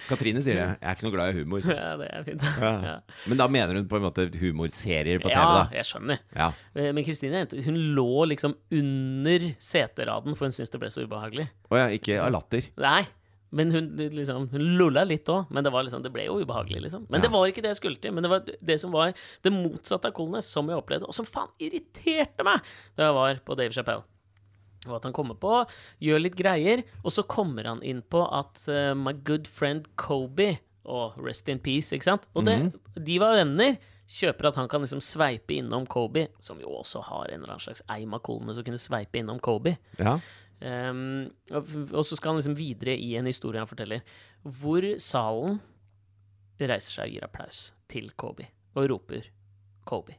Katrine sier det. Jeg er ikke noe glad i humor. så- ja, det er fint. Ja. Ja. Men da mener hun på en måte humorserier på TV, Ja, da. jeg skjønner. Ja. Eh, Men Kristine endte- hun lå liksom under seteraden, for hun syntes det ble så ubehagelig. Å ja, ikke av latter. Nei, men hun, liksom, hun lulla litt òg. Men det, var liksom, det ble jo ubehagelig, liksom. Men det var ikke det jeg skulle til. Men det var det som var det motsatte av coolness, som jeg opplevde, og som faen irriterte meg da jeg var på Dave Chappelle. Og at han kommer på, gjør litt greier, og så kommer han inn på at eh, my good friend Kobe og Rest in Peace, ikke sant? Og det, de var venner. Kjøper at han kan liksom sveipe innom Kobe, som jo også har en eller annen slags eim av kolene som kunne sveipe innom Kobe. Ja. Ehm, og, og så skal han liksom videre i en historie han forteller, hvor salen reiser seg og gir applaus til Kobe, og roper 'Kobe'.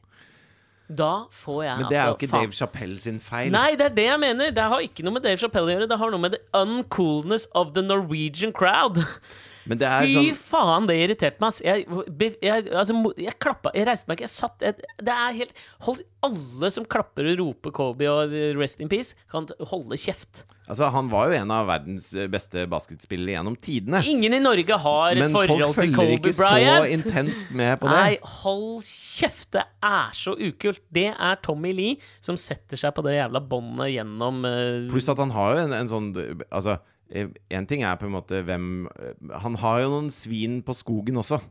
Da får jeg Men det er jo altså ikke faen- Dave Chappelle sin feil. Nei, det er det jeg mener! Det har ikke noe med Dave Chappelle å gjøre. Det har noe med the uncoolness of the Norwegian crowd. Men det er Fy sånn faen, det irriterte meg, ass. Jeg, be- jeg, altså, mo- jeg klappa, jeg reiste meg ikke, jeg satt jeg, Det er helt Hold alle som klapper og roper Kobe og eh, Rest in Peace, kan t- holde kjeft. Altså, han var jo en av verdens eh, beste basketspillere gjennom tidene. Ingen i Norge har et Men folk forhold til følger Kobe ikke så Bryant. intenst med på det. Nei, hold kjeft! Det er så ukult. Det er Tommy Lee som setter seg på det jævla båndet gjennom eh, Pluss at han har jo en, en sånn Altså, eh, én ting er på en måte hvem Han har jo noen svin på skogen også.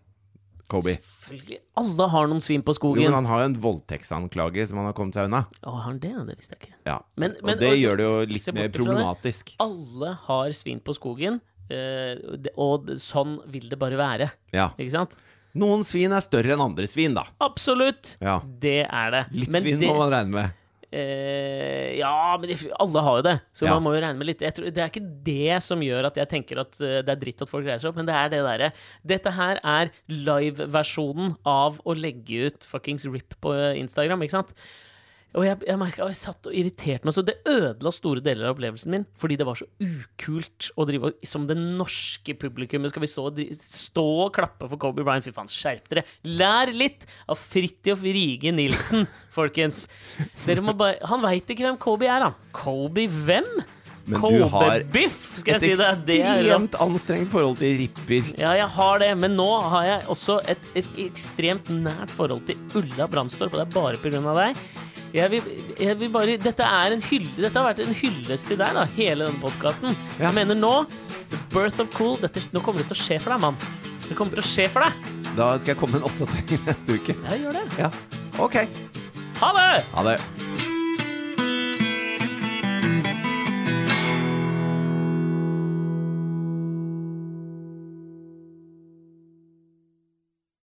Kobe. Selvfølgelig. Alle har noen svin på Jo, men skogen. han har jo en voldtektsanklage som han har kommet seg unna. Å, har han det? Ja, Det visste jeg ikke. Ja. Men- men- og det og- gjør det jo se litt bort mer ifra det. problematisk. Alle har svin på skogen, eh, det- og det- sånn vil det bare være. Ja. Ikke sant? Noen svin er større enn andre svin, da. Absolutt! Ja. Det er det. Litt Men svin det- må man regne med. Eh, ja, men de- alle har jo det, så Ja. man må jo regne med litt. Jeg tror, det er ikke det som gjør at jeg tenker at eh, det er dritt at folk reiser opp, men det er det derre Dette her er liveversjonen av å legge ut fuckings RIP på eh, Instagram, ikke sant? Og jeg, jeg merket, og jeg satt og irriterte meg, så det ødela store deler av opplevelsen min. Fordi det var så ukult å drive og- som det norske publikummet. Skal vi stå, og dri- stå og klappe for Kobe Bryant? Fy faen, skjerp dere! Lær litt av Fridtjof Rige Nilsen, folkens. Dere må bare, han veit ikke hvem Kobe er, han. Kobe hvem? Men du har Kobe-biff, skal Et jeg si deg. Det er rått. ekstremt anstrengt forhold til ripper. Ja, jeg har det, men nå har jeg også et, et ekstremt nært forhold til Ulla Brandstorp, og det er bare pga. deg. Jeg vil, jeg vil bare, dette, er en hyll, dette har vært en hyllest til deg, da, hele denne podkasten. Ja. Jeg mener nå The birth of cool dette, Nå kommer det til å skje for deg, mann. Det kommer til å skje for deg. Da skal jeg komme med en oppdatering neste uke. Ja, gjør det. Ja. Ok. Ha det! Ha det.